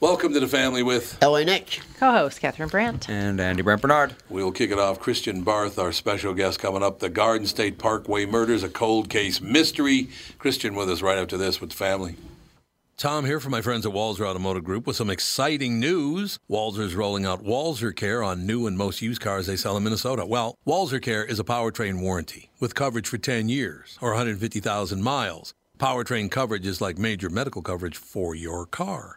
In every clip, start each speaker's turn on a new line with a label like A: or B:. A: Welcome to the family with
B: L.A. Nick.
C: Co-host Catherine Brandt.
D: And Andy Brent Bernard.
A: We'll kick it off. Christian Barth, our special guest, coming up. The Garden State Parkway murders, a cold case mystery. Christian with us right after this with the family. Tom here from my friends at Walzer Automotive Group with some exciting news. Walzer's rolling out Walzer Care on new and most used cars they sell in Minnesota. Well, Walzer Care is a powertrain warranty with coverage for 10 years or 150,000 miles. Powertrain coverage is like major medical coverage for your car.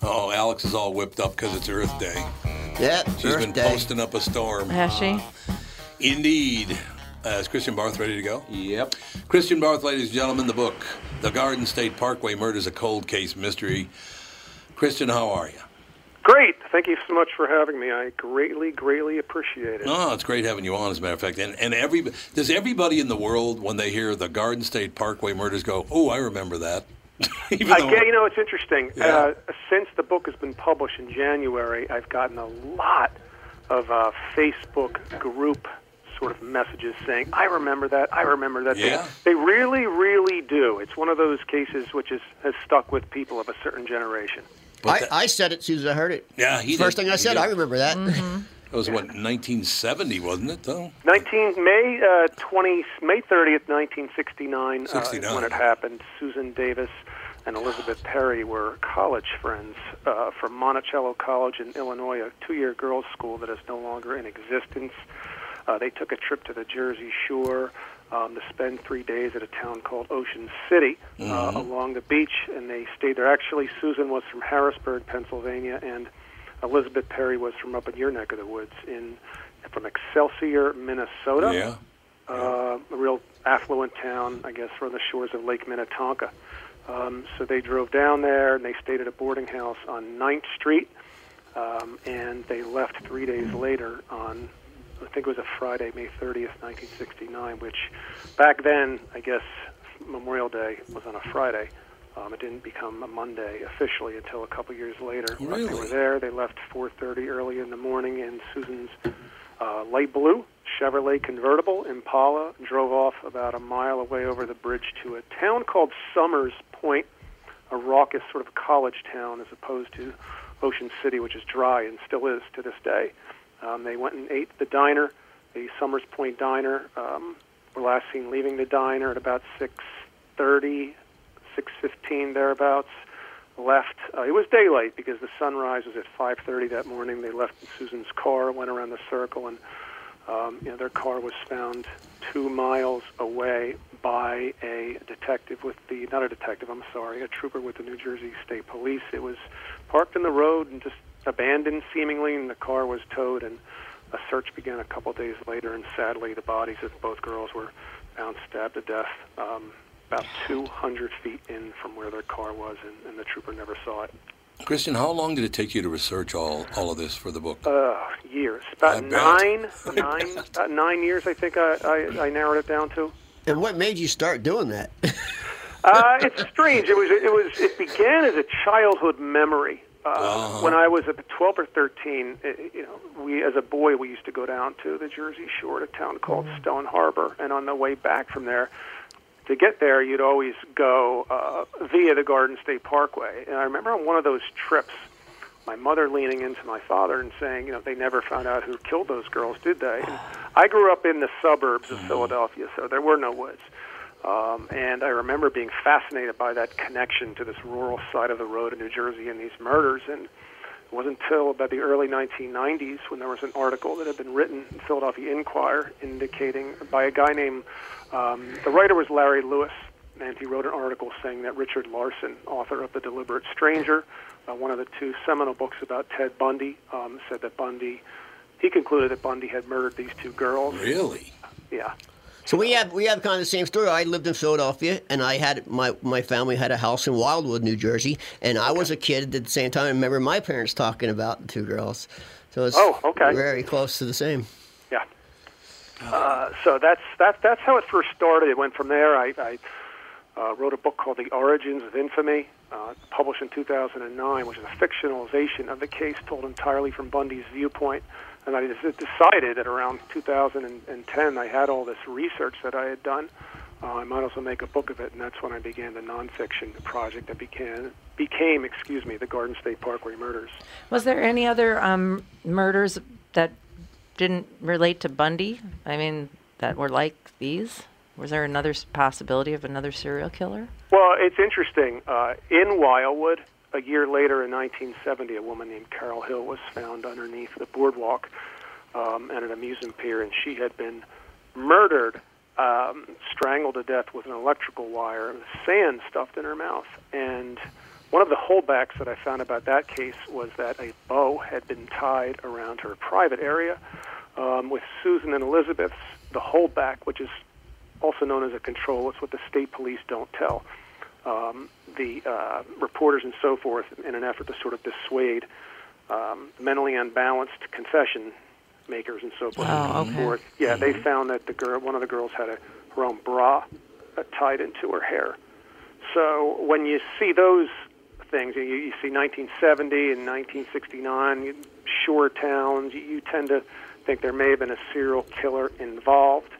A: Oh, Alex is all whipped up because it's Earth Day.
B: Yep,
A: She's
B: Earth
A: been
B: Day.
A: posting up a storm.
C: Has she?
A: Indeed. Uh, is Christian Barth ready to go?
D: Yep.
A: Christian Barth, ladies and gentlemen, the book, The Garden State Parkway Murders, a Cold Case Mystery. Christian, how are you?
E: Great. Thank you so much for having me. I greatly, greatly appreciate it.
A: Oh, it's great having you on, as a matter of fact. And, and every, does everybody in the world, when they hear the Garden State Parkway murders, go, oh, I remember that? Even
E: I
A: though-
E: get, you know, it's interesting.
A: Yeah.
E: Uh, since the book has been published in January, I've gotten a lot of uh, Facebook group sort of messages saying, I remember that, I remember that. They-
A: Yeah.
E: They, really, really do. It's one of those cases which is, has stuck with people of a certain generation.
B: I,
A: that-
B: I said it as soon as I heard it.
A: Yeah, he
B: First
A: did.
B: thing I
A: He
B: said,
A: did.
B: I remember that.
A: That was, what, 1970, wasn't it, though?
E: 19 May uh, 20 May 30th 1969 uh, is
A: 69.
E: when it happened. Susan Davis and Elizabeth Perry were college friends uh, from Monticello College in Illinois, a two-year girls' school that is no longer in existence. Uh, they took a trip to the Jersey Shore um, to spend three days at a town called Ocean City uh, along the beach, and they stayed there. Actually, Susan was from Harrisburg, Pennsylvania, and Elizabeth Perry was from up in your neck of the woods in from Excelsior, Minnesota.
A: Yeah.
E: Uh, a real affluent town, I guess, from the shores of Lake Minnetonka. Um, so they drove down there and they stayed at a boarding house on Ninth Street. Um, and they left three days later on, I think it was a Friday, May 30th, 1969, which back then, I guess, Memorial Day was on a Friday. Um, it didn't become a Monday officially until a couple years later. But They
A: Really?
E: were there. They left 4:30 early in the morning in Susan's uh, light blue Chevrolet convertible Impala. Drove off about a mile away over the bridge to a town called Summers Point, a raucous sort of college town as opposed to Ocean City, which is dry and still is to this day. Um, they went and ate at the diner, the Summers Point Diner. Um, were last seen leaving the diner at about 6:30, 6:15 thereabouts. Left. Uh, it was daylight because the sunrise was at 5:30 that morning. They left in Susan's car, went around the circle, and um, you know, their car was found two miles away by a detective with the, not a detective, I'm sorry, a trooper with the New Jersey State Police. It was parked in the road and just abandoned seemingly, and the car was towed, and a search began a couple days later, and sadly, the bodies of both girls were found stabbed to death um, about 200 feet in from where their car was, and, and the trooper never saw it.
A: Christian, how long did it take you to research all, all of this for the book?
E: Uh, years.
A: I bet.
E: About nine, nine, about nine years, I think I, I, I narrowed it down to.
B: and what made you start doing that?
E: uh, it's strange. It was. It was. It began as a childhood memory. Uh, When I was at 12 or 13, it, you know, we as a boy we used to go down to the Jersey Shore to a town called Stone Harbor, and on the way back from there, to get there, you'd always go uh, via the Garden State Parkway. And I remember on one of those trips, my mother leaning into my father and saying, you know, they never found out who killed those girls, did they? And I grew up in the suburbs of Philadelphia, so there were no woods. Um, and I remember being fascinated by that connection to this rural side of the road in New Jersey and these murders. And it wasn't until about the early 1990s when there was an article that had been written in Philadelphia Inquirer indicating by a guy named, um, the writer was Larry Lewis, and he wrote an article saying that Richard Larson, author of The Deliberate Stranger, uh, one of the two seminal books about Ted Bundy, um, said that Bundy, he concluded that Bundy had murdered these two girls.
A: Really?
E: Yeah.
B: So we have we have kind of the same story. I lived in Philadelphia, and I had my my family had a house in Wildwood, New Jersey, and I was a kid at the same time. I remember my parents talking about the two girls, so it's
E: Oh, okay.
B: very close to the same.
E: Yeah. Uh, so that's that, that's how it first started. It went from there. I, I uh, wrote a book called The Origins of Infamy, uh, published in 2009, which is a fictionalization of the case told entirely from Bundy's viewpoint. And I des- decided that around 2010, I had all this research that I had done. Uh, I might as well make a book of it, and that's when I began the nonfiction project that began, became, excuse me, the Garden State Parkway murders.
C: Was there any other um, murders that didn't relate to Bundy? I mean, that were like these? Was there another s- possibility of another serial killer?
E: Well, it's interesting. Uh, in Wildwood, a year later in 1970, a woman named Carol Hill was found underneath the boardwalk um, at an amusement pier, and she had been murdered, um, strangled to death with an electrical wire and sand stuffed in her mouth. And one of the holdbacks that I found about that case was that a bow had been tied around her private area um, with Susan and Elizabeth's, the holdback, which is also known as a control. It's what the state police don't tell um, the uh, reporters and so forth in an effort to sort of dissuade um, mentally unbalanced confession makers and so forth.
C: Oh,
E: and so
C: okay.
E: forth. Yeah, they found that the girl, one of the girls, had a, her own bra uh, tied into her hair. So when you see those things, you, you see 1970 and 1969, you- shore towns, you, you tend to think there may have been a serial killer involved.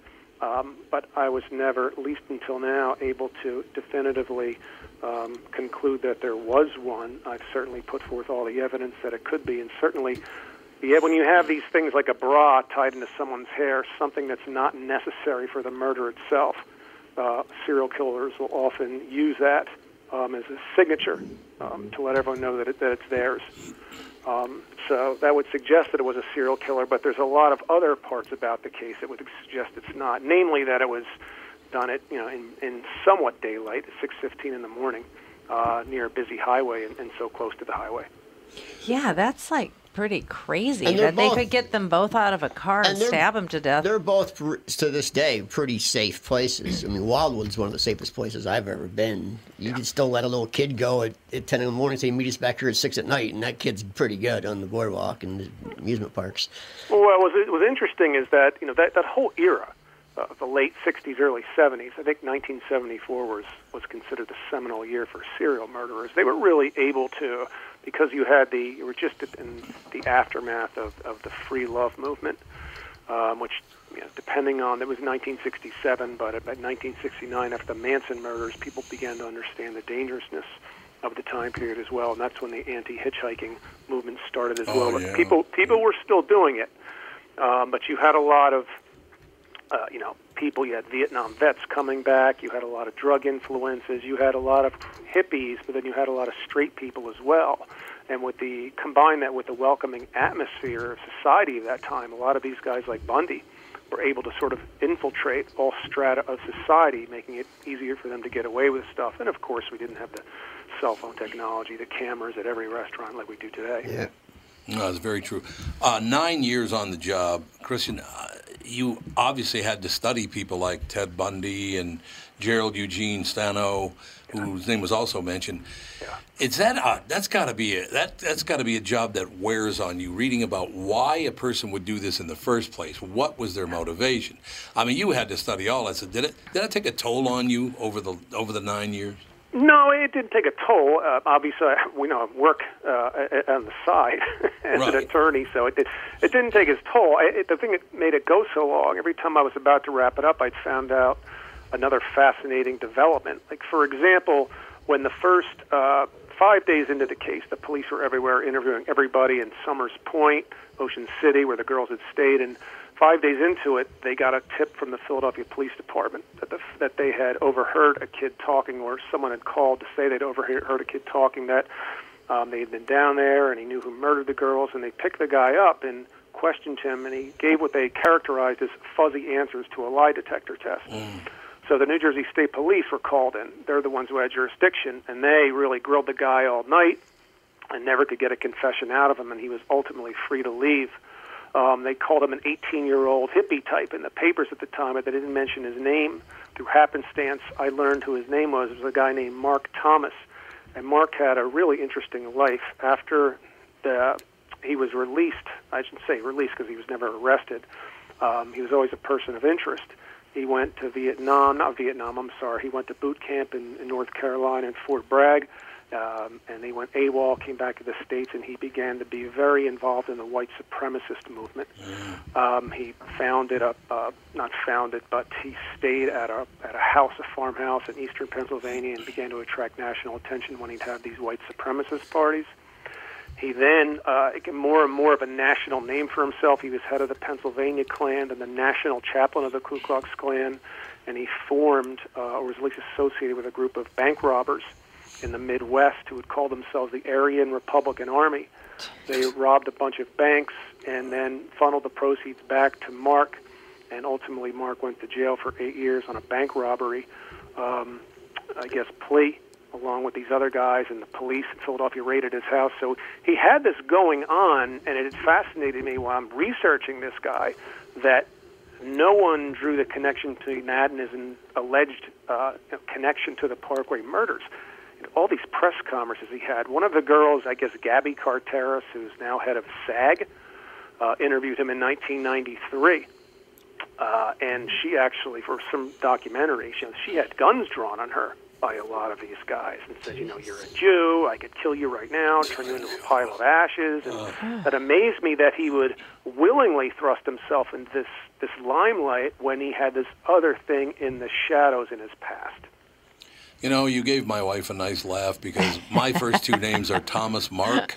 E: Um, but I was never, at least until now, able to definitively um, conclude that there was one. I've certainly put forth all the evidence that it could be, and certainly, yeah, when you have these things like a bra tied into someone's hair, something that's not necessary for the murder itself, uh, serial killers will often use that um, as a signature um, to let everyone know that, it, that it's theirs. Um, so that would suggest that it was a serial killer, but there's a lot of other parts about the case that would suggest it's not. Namely, that it was done at you know in, in somewhat daylight, 6:15 in the morning, uh, near a busy highway and, and so close to the highway.
C: Yeah, that's like pretty crazy
B: And they're
C: that they
B: both-
C: could get them both out of a car and,
B: And they're-
C: stab them to death.
B: They're both pr- to this day pretty safe places. I mean, Wildwood's one of the safest places I've ever been. You can still let a little kid go at, at ten in the morning, say meet us back here at six at night, and that kid's pretty good on the boardwalk and the amusement parks.
E: Well, what was, what was interesting is that you know that, that whole era, uh, the late '60s, early '70s. I think 1974 was was considered the seminal year for serial murderers. They were really able to, because you had the you were just in the aftermath of, of the free love movement, um, which you know, depending on it was 1967, but at- by 1969 after the Manson murders, people began to understand the dangerousness of the time period as well, and that's when the anti-hitchhiking movement started as
A: Oh,
E: well. But
A: yeah.
E: people people were still doing it, um, but you had a lot of uh, you know people. You had Vietnam vets coming back. You had a lot of drug influences. You had a lot of hippies, but then you had a lot of straight people as well. And with the combine that with the welcoming atmosphere of society of that time, a lot of these guys like Bundy were able to sort of infiltrate all strata of society, making it easier for them to get away with stuff. And of course, we didn't have the cell phone technology, the cameras at every restaurant like we do today.
A: No, that's very true. Uh, nine years on the job, Christian. Uh, you obviously had to study people like Ted Bundy and Gerald Eugene Stano, whose name was also mentioned. It's that uh, that's got to be a, that that's got to be a job that wears on you. Reading about why a person would do this in the first place, what was their motivation? I mean, you had to study all that. So did it did it take a toll on you over the over the nine years?
E: No, it didn't take a toll. Uh, obviously, I- we know I work uh, a- a- on the side as
A: Right.
E: an attorney, so it, did, it didn't take its toll. I, it, the thing that made it go so long, every time I was about to wrap it up, I'd found out another fascinating development. Like, for example, when the first uh, five days into the case, the police were everywhere interviewing everybody in Summers Point, Ocean City, where the girls had stayed, and Five days into it, they got a tip from the Philadelphia Police Department that, the, that they had overheard a kid talking, or someone had called to say they'd overheard a kid talking that um, they had been down there and he knew who murdered the girls. And they picked the guy up and questioned him, and he gave what they characterized as fuzzy answers to a lie detector test. So the New Jersey State Police were called in. They're the ones who had jurisdiction, and they really grilled the guy all night and never could get a confession out of him, and he was ultimately free to leave. Um, they called him an 18 year old hippie type in the papers at the time, but they didn't mention his name. Through happenstance, I learned who his name was. It was a guy named Mark Thomas. And Mark had a really interesting life. After the, he was released, I should say released because he was never arrested, um, he was always a person of interest. He went to Vietnam, not Vietnam, I'm sorry. He went to boot camp in, in North Carolina in Fort Bragg um, and they went AWOL, came back to the States, and he began to be very involved in the white supremacist movement. Um, he founded a, uh, not founded, but he stayed at a, at a house, a farmhouse in eastern Pennsylvania, and began to attract national attention when he'd have these white supremacist parties. He then uh, it got more and more of a national name for himself. He was head of the Pennsylvania Klan and the national chaplain of the Ku Klux Klan, and he formed uh, or was at least associated with a group of bank robbers in the Midwest who would call themselves the Aryan Republican Army. They robbed a bunch of banks and then funneled the proceeds back to Mark, and ultimately Mark went to jail for eight years on a bank robbery. Um, I guess, plea along with these other guys, and the police in Philadelphia raided his house. So he had this going on, and it had fascinated me while I'm researching this guy that no one drew the connection between that and his alleged uh, connection to the Parkway murders. All these press conferences he had. One of the girls, I guess Gabby Carteris, who's now head of SAG, uh, interviewed him in 1993 uh, and she actually, for some documentary, she, she had guns drawn on her by a lot of these guys and said, you know, you're a Jew, I could kill you right now, turn you into a pile of ashes. And that amazed me that he would willingly thrust himself in this, this limelight when he had this other thing in the shadows in his past.
A: You know, you gave my wife a nice laugh because my first two names are Thomas Mark.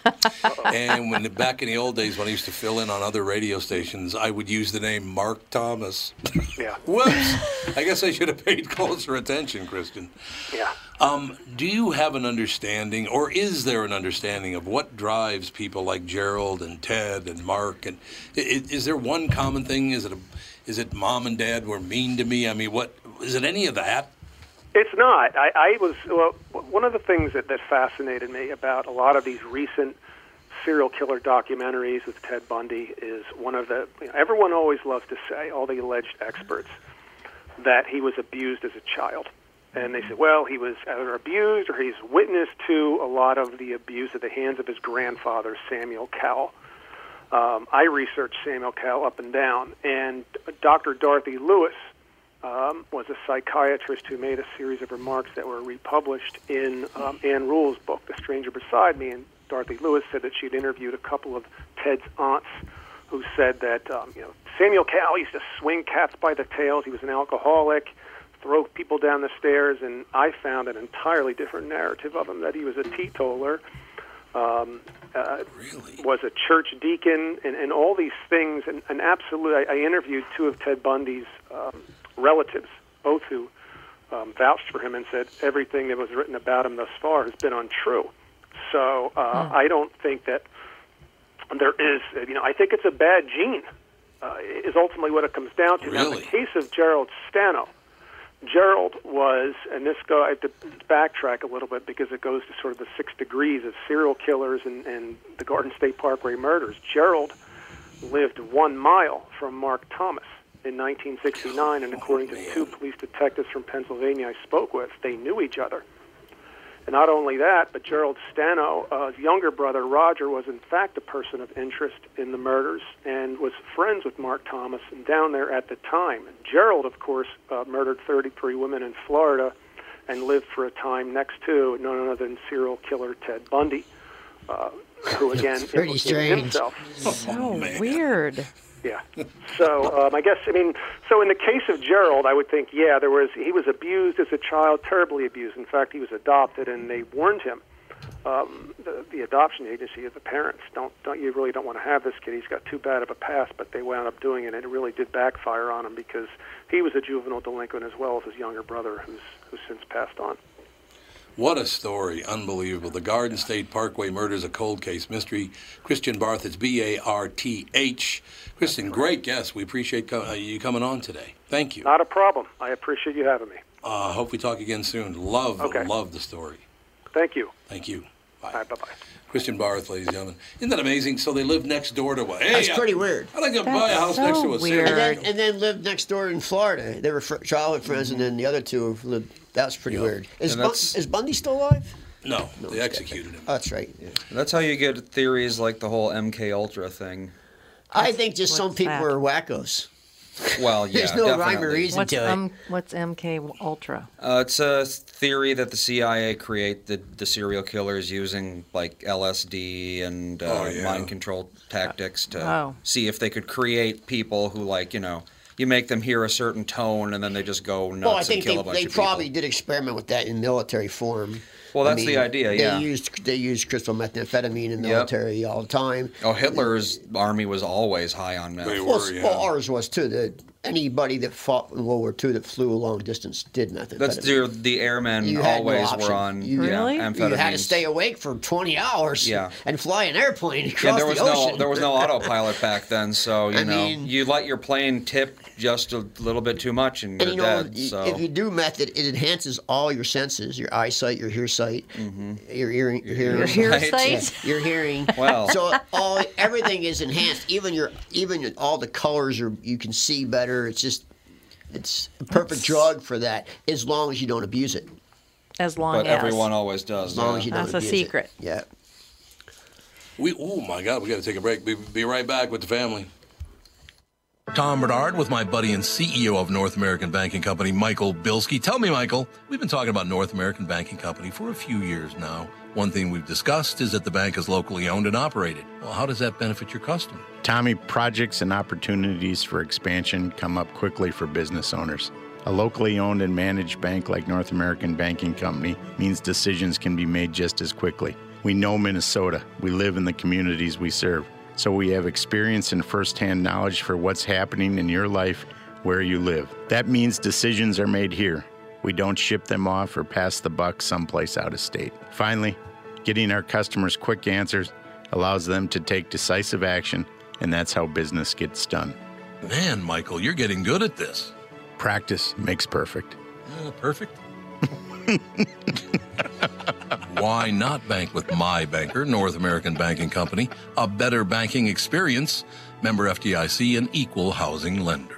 A: And when back in the old days when I used to fill in on other radio stations, I would use the name Mark Thomas.
E: Yeah,
A: Whoops! I guess I should have paid closer attention, Kristen.
E: yeah.
A: Um, do you have an understanding, or is there an understanding of what drives people like Gerald and Ted and Mark? And is, is there one common thing? Is it a, is it mom and dad were mean to me? I mean, what is it? Any of that?
E: It's not. I, I was well, one of the things that, that fascinated me about a lot of these recent serial killer documentaries with Ted Bundy is one of the you know, everyone always loves to say all the alleged experts that he was abused as a child. And they said, well, he was either abused or he's witness to a lot of the abuse at the hands of his grandfather, Samuel Cowell. Um, I researched Samuel Cowell up and down, and Dr. Dorothy Lewis um, was a psychiatrist who made a series of remarks that were republished in um, Anne Rule's book, The Stranger Beside Me. And Dorothy Lewis said that she'd interviewed a couple of Ted's aunts who said that, um, you know, Samuel Cowell used to swing cats by the tails. He was an alcoholic, throw people down the stairs, and I found an entirely different narrative of him that he was a teetotaler. Um, uh,
A: Really?
E: was a church deacon and, and all these things. And, and absolutely, I, I interviewed two of Ted Bundy's um, relatives, both who um, vouched for him and said everything that was written about him thus far has been untrue. So uh, I don't think that there is, you know, I think it's a bad gene, uh, is ultimately what it comes down to. Now, in
A: Really?
E: the case of Gerald Stano, Gerald was, and this go, I have to backtrack a little bit because it goes to sort of the six degrees of serial killers and, and the Garden State Parkway murders. Gerald lived one mile from Mark Thomas. in 1969, and according to two police detectives from Pennsylvania I spoke with, they knew each other. And not only that, but Gerald Stano, uh, his younger brother Roger, was in fact a person of interest in the murders and was friends with Mark Thomas and down there at the time. Gerald, of course, uh, murdered 33 women in Florida and lived for a time next to none other than serial killer Ted Bundy, uh, who again
B: It's pretty
E: implicated
B: strange.
E: himself.
C: So weird.
E: Yeah. So um, I guess I mean, so in the case of Gerald, I would think, yeah, there was he was abused as a child, terribly abused. In fact, he was adopted, and they warned him, um, the, the adoption agency, the parents, don't don't you really don't want to have this kid? He's got too bad of a past. But they wound up doing it, and it really did backfire on him because he was a juvenile delinquent as well as his younger brother, who's who's since passed on.
A: What a story. Unbelievable. The Garden State Parkway murders, a cold case mystery. Christian Barth, it's B A R T H. Christian, great guest. We appreciate co- uh, you coming on today. Thank you.
E: Not a problem. I appreciate you having me.
A: Uh, hope we talk again soon. Love,
E: Okay.
A: love the story.
E: Thank you.
A: Thank you.
E: Bye. Bye. Bye.
A: Christian Barth, ladies and gentlemen. Isn't that amazing? So they live next door to us. Hey, uh,
B: That's
A: I-
B: pretty weird.
A: I'd like to buy a house next to us.
B: uh, And then, and then lived next door in Florida. They were fr- childhood friends, and then the other two lived. That was pretty weird. Is,
D: And
B: Bun-
D: that's-
B: is Bundy still alive?
A: No, they executed him.
B: Oh, that's right. yeah.
D: That's how you get theories like the whole MK Ultra thing.
B: I think just some
C: what's
B: people
C: that?
B: are wackos.
D: Well, yeah,
B: There's no rhyme
D: definitely.
B: or reason
C: What's
B: to
C: um, what's MK Ultra?
D: Uh, it's a theory that the CIA create the, the serial killers using like LSD and uh,
A: Oh, yeah.
D: mind control tactics to
C: Oh.
D: see if they could create people who like you know you make them hear a certain tone and then they just go nuts
B: it. Well, I
D: and
B: think
D: kill
B: they,
D: a bunch
B: they
D: of people.
B: probably did experiment with that in military form.
D: Well,
B: I
D: that's the
B: mean,
D: idea, yeah.
B: They used they used crystal methamphetamine in military all the time.
D: Oh, Hitler's army was always high on meth.
A: They were,
B: Well,
A: yeah.
B: well, ours was too. The, anybody that fought in World War II that flew a long distance did methamphetamine.
D: That's the the airmen
B: You had no
D: always
B: option.
D: were on
B: You-
D: yeah,
C: Really? You
D: amphetamines.
B: You had to stay awake for 20 hours
D: Yeah.
B: and fly an airplane
D: Yeah,
B: across
D: there was
B: the ocean.
D: no there was no autopilot back then, so you
B: I
D: know
B: mean-
D: you let your plane tip just a little bit too much and you're
B: And you know,
D: dead.
B: y-
D: so
B: if you do method, it enhances all your senses: your eyesight, your hearsight,
D: Mm-hmm.
B: your hearing, your hearing,
C: Your hearsay?
B: your hearing.
D: Wow.
B: So all everything is enhanced. Even your even your- all the colors are you can see better. It's just it's a perfect drug for that as long as you don't abuse it.
C: As long
D: but
C: as
D: everyone always does.
B: As long
D: yeah.
B: as you don't
C: That's a
B: abuse
C: secret.
B: It. Yeah.
A: We oh my god, we got to take a break. Be, be right back with the family. Tom Bernard with my buddy and CEO of North American Banking Company, Michael Bilski. Tell me, Michael, we've been talking about North American Banking Company for a few years now. One thing we've discussed is that the bank is locally owned and operated. Well, how does that benefit your customer?
F: Tommy, projects and opportunities for expansion come up quickly for business owners. A locally owned and managed bank like North American Banking Company means decisions can be made just as quickly. We know Minnesota. We live in the communities we serve. So we have experience and firsthand knowledge for what's happening in your life where you live. That means decisions are made here. We don't ship them off or pass the buck someplace out of state. Finally, getting our customers quick answers allows them to take decisive action, and that's how business gets done.
A: Man, Michael, you're getting good at this.
F: Practice makes perfect.
A: Uh, perfect. Why not bank with my banker, North American Banking Company? A better banking experience, member FDIC, an equal housing lender.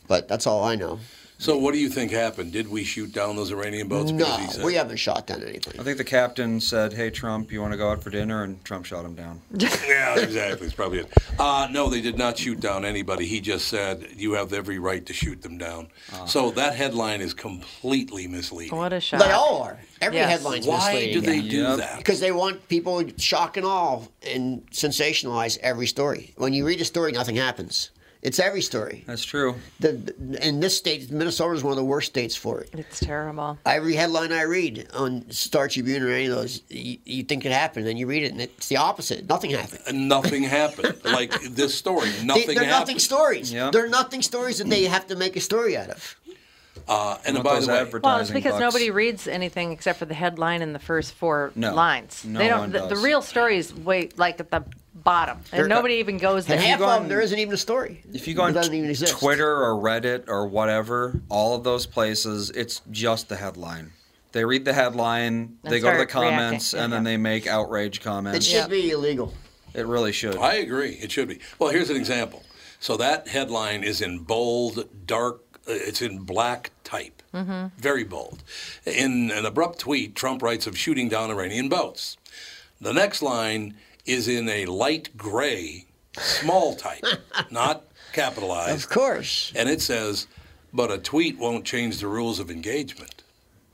B: But that's all I know.
A: So, what do you think happened? Did we shoot down those Iranian boats? because he
B: no,
A: said-
B: we haven't shot down anything.
D: I think the captain said, "Hey Trump, you want to go out for dinner?" And Trump shot him down.
A: yeah, exactly. It's probably it. Uh, no, they did not shoot down anybody. He just said, you have every right to shoot them down. So that headline is completely misleading.
C: What a shock.
B: They all are. Every
C: Yes.
B: headline's
A: Why
B: misleading.
A: do they do Yep. that?
B: Because they want people shock and awe and sensationalize every story. When you read a story, nothing happens. It's every story.
D: That's true.
B: The, in this state, Minnesota is one of the worst states for it.
C: It's terrible.
B: Every headline I read on Star Tribune or any of those, you, you think it happened, then you read it, and it's the opposite. Nothing happened.
A: And nothing happened. like this story,
B: They-
A: nothing
B: they're
A: happened.
B: nothing stories.
D: Yeah.
B: They're nothing stories that they have to make a story out of.
A: Uh, and
D: Want
A: by
D: those
A: the way,
D: advertising
C: Well, it's because
D: bucks.
C: nobody reads anything except for the headline and the first four
D: No.
C: lines.
D: No
C: they don't.
D: one
C: the, the
D: does.
C: real story is wait, like at the bottom, and
B: They're-
C: nobody even goes there.
B: And half of
D: gone-
B: them, there isn't even a story.
D: If you go on
B: it doesn't
D: t-
B: even exist.
D: Twitter or Reddit or whatever, all of those places, it's just the headline. They read the headline,
C: And
D: they go to
C: start
D: the comments,
C: reacting,
D: and then they make outrage comments.
B: it should be illegal.
D: It really should.
A: I agree. It should be. Well, here's an example. So that headline is in bold, dark. uh, It's in black type,
B: Mm-hmm.
A: very bold. In an abrupt tweet, Trump writes of shooting down Iranian boats. The next line is in a light gray, small type, not capitalized,
B: Of course.
A: and it says, "But a tweet won't change the rules of engagement."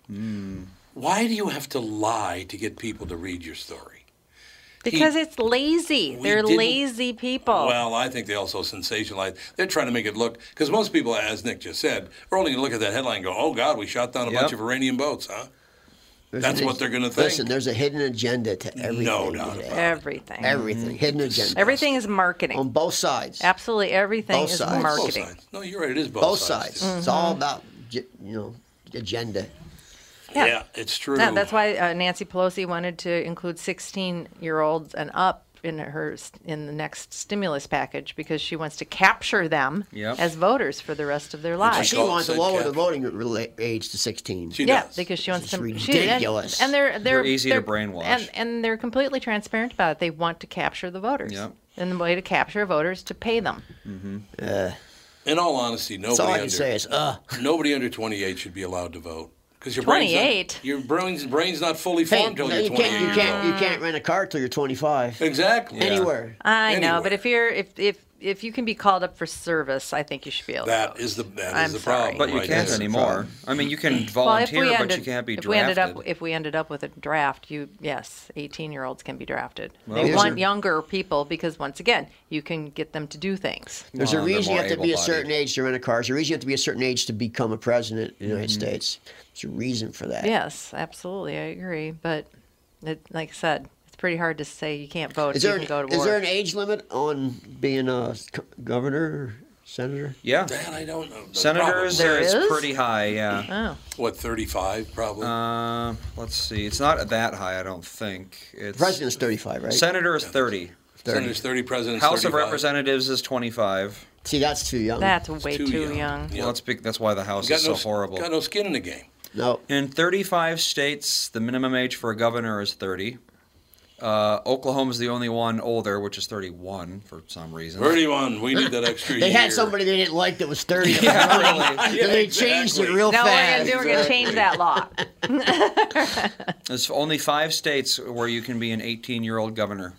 B: Hmm.
A: Why do you have to lie to get people to read your story?
C: because it's lazy.
A: We
C: They're
A: didn't-
C: lazy people.
A: Well, I think they also sensationalize. They're trying to make it look because most people, as Nick just said, are only going to look at that headline and go, "Oh God, we shot down a bunch
D: Yep.
A: of Iranian boats, huh?"
B: There's
A: That's
B: an-
A: what they're gonna think.
B: Listen, there's a hidden agenda to everything.
A: No doubt
B: today.
A: about it.
C: everything.
B: Everything. Hidden agenda.
C: Everything is marketing.
B: On both sides.
C: Absolutely everything
B: Both
C: is
B: sides. Both
C: marketing.
A: Both sides. No, you're right. It is both,
B: Both sides.
A: too.
B: It's all about, ge- you know, agenda.
A: Yeah.
C: Yeah.
A: it's true.
C: No, that's why uh, Nancy Pelosi wanted to include 16-year-olds and up in her st- in the next stimulus package because she wants to capture them
D: Yep.
C: as voters for the rest of their lives.
B: She
A: Call-
B: wants to
A: said
B: lower the
A: Catherine.
B: voting rela- age to 16.
A: She
C: yeah,
A: does.
C: because she wants
B: is
C: to.
B: ridiculous.
C: She, and, and they're they're
D: easy to
C: they're-
D: brainwash.
C: and and they're completely transparent about it. They want to capture the voters.
D: Yep.
C: And the way to capture voters to pay them.
A: in all honesty,
B: That's
A: nobody
B: all I can
A: under
B: say is, uh,
A: nobody under 28 should be allowed to vote because your brain's
C: 28?
A: not, your brain's brain's not fully
B: hey,
A: formed until
B: no,
A: you're
B: you
A: 28.
B: can't, you
A: years
B: can't,
A: old.
B: you can't rent a car till you're 25.
A: Exactly.
B: Anywhere.
C: I know,
A: Anywhere.
C: but if you're if if if you can be called up for service, I think you should be able. to
A: That
C: vote.
A: is the that is
C: I'm
A: the
C: sorry.
A: problem.
D: but you
A: right
D: can't
A: there.
D: anymore. I mean, you can
C: Well, if
D: volunteer,
C: we ended,
D: but you can't be
C: if
D: drafted.
C: we ended up if we ended up with a draft, you yes, 18-year-olds can be drafted. they
B: Well,
C: want
B: sure.
C: younger people because once again, you can get them to do things.
B: There's
D: Well,
B: a
D: they're
B: reason you
D: more
B: have to be a certain
D: able-bodied.
B: age to rent a car. There's a reason you have to be a certain age to become a president of the United
A: Mm-hmm.
B: States. There's a reason for that.
C: Yes, absolutely, I agree. But it, like I said, it's pretty hard to say you can't vote. if
B: Is there,
C: you
B: an,
C: can go to
B: is
C: war.
B: there an age limit on being a co- governor or senator?
D: yeah,
A: That I don't know. The
D: senators
A: problem
C: There
D: is
C: is?
D: pretty high. Yeah.
C: oh,
A: is, what 35 probably.
D: Uh, let's see. It's not that high, I don't think. It's
B: President's 35, right?
D: senator is 30.
A: Senators 30, presidents
D: House
A: 35.
D: of Representatives is 25.
B: See, that's too young.
C: that's way
A: too
C: too,
A: young.
C: young.
A: Yeah.
D: Well, that's big, that's why the House
A: Got
D: is
A: no,
D: so horrible.
A: Got no skin in the game.
B: no.
D: In 35 states, the minimum age for a governor is 30. Uh, Oklahoma's the only one older, which is 31 for some reason.
A: 31. We need that extra
B: They
A: year.
B: had somebody they didn't like that was 30.
D: Yeah, really.
B: and they changed it
A: exactly.
B: real
C: No, we're
B: fast.
C: gonna, do- we're gonna change that law.
D: There's only five states where you can be an 18 year old governor.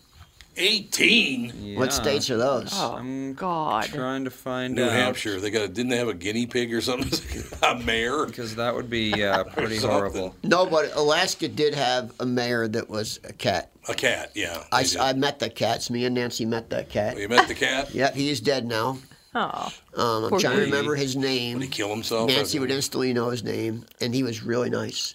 A: 18.
D: Yeah.
B: What states are those?
C: Oh
D: I'm
C: God.
D: Trying to find
A: New
D: out.
A: Hampshire. They got. A, didn't they have a guinea pig or something? a mayor.
D: Because that would be uh, pretty
A: Something.
D: horrible.
B: No, but Alaska did have a mayor that was a cat.
A: A cat. Yeah.
B: I,
A: they did.
B: I met that cat. So me and Nancy met that cat.
D: Oh,
A: you met the cat.
B: Yep, he is dead now.
C: Oh,
B: Um, I'm
C: Poor
B: trying to
C: baby.
B: remember his name.
A: Did he kill himself?
B: Nancy would instantly know his name, and he was really nice.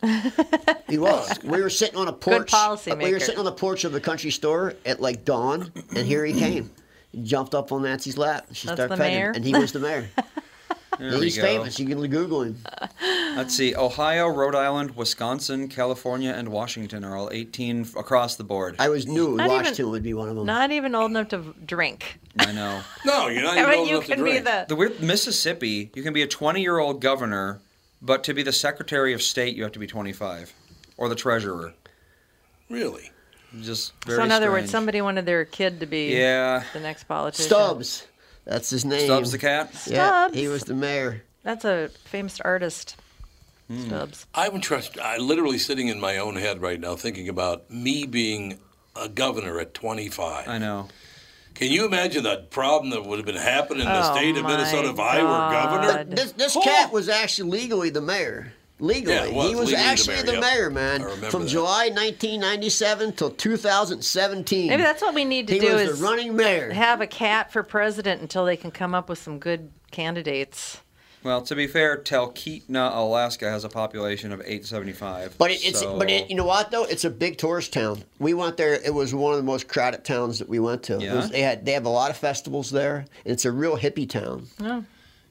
B: he was. We were sitting on a porch. uh,
C: policymaker.
B: We were sitting on the porch of the country store at like dawn, and here he came. He jumped up on Nancy's lap. She
C: That's
B: started
C: the
B: petting him,
C: mayor?
B: and he was the mayor.
D: There we
B: He's
D: go.
B: famous. You can Google him.
D: Let's see. Ohio, Rhode Island, Wisconsin, California, and Washington are all 18 f- across the board.
B: I was new.
C: Not
B: Washington
C: even-
B: would be one of them.
C: Not even old enough to v- drink.
D: I know.
A: No, you're not
C: I
A: even
C: mean,
A: old
C: you
A: enough to
C: can be
A: drink.
C: the.
D: The weird Mississippi, you can be a 20 year old governor, but to be the Secretary of State, you have to be 25 or the treasurer.
A: Really?
D: Just very
C: So in other words,
D: strange.
C: somebody wanted their kid to be
D: Yeah.
C: the next politician.
B: Stubbs. That's his name.
D: Stubbs the cat.
B: Yeah,
C: Stubbs.
B: he was the mayor.
C: That's a famous artist. Stubbs.
A: I'm trust. I literally sitting in my own head right now, thinking about me being a governor at 25.
D: I know.
A: Can you imagine the problem that would have been happening in the
C: Oh,
A: state of
C: my
A: Minnesota if I were governor?
C: God.
B: This this cat was actually legally the mayor. Legally,
A: Yeah, it was
B: he was
A: legally the
B: actually
A: mayor,
B: the mayor,
A: yep.
B: man,
A: I remember
B: from
A: that.
B: July 1997 till 2017.
C: Maybe that's what we need to
B: he
C: do
B: was
C: is
B: the running mayor.
C: have a cat for president until they can come up with some good candidates.
D: Well, to be fair, Talkeetna, Alaska has a population of 875.
B: But it, it's
D: so-
B: but it, you know what though? It's a big tourist town. We went there. It was one of the most crowded towns that we went to. It
D: Yeah?
B: was- they had they have a lot of festivals there. And it's a real hippie town.
A: Hmm.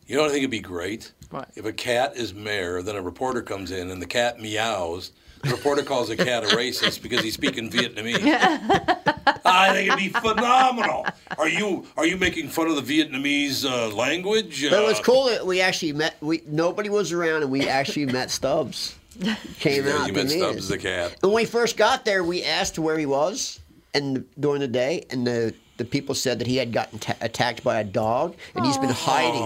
A: You know what I think would be great?
C: What?
A: If a cat is mayor, then a reporter comes in and the cat meows. The reporter calls the cat a racist because he's speaking Vietnamese. I think it'd be phenomenal. Are you are you making fun of the Vietnamese uh, language?
B: But it was
A: Uh,
B: cool that we actually met. We nobody was around, and we actually met Stubbs. Came
A: Yeah,
B: out
A: you
B: to
A: met
B: meet
A: Stubbs
B: us.
A: the cat.
B: When we first got there, we asked where he was, and during the day, and the the people said that he had gotten ta attacked by a dog, and he's been hiding.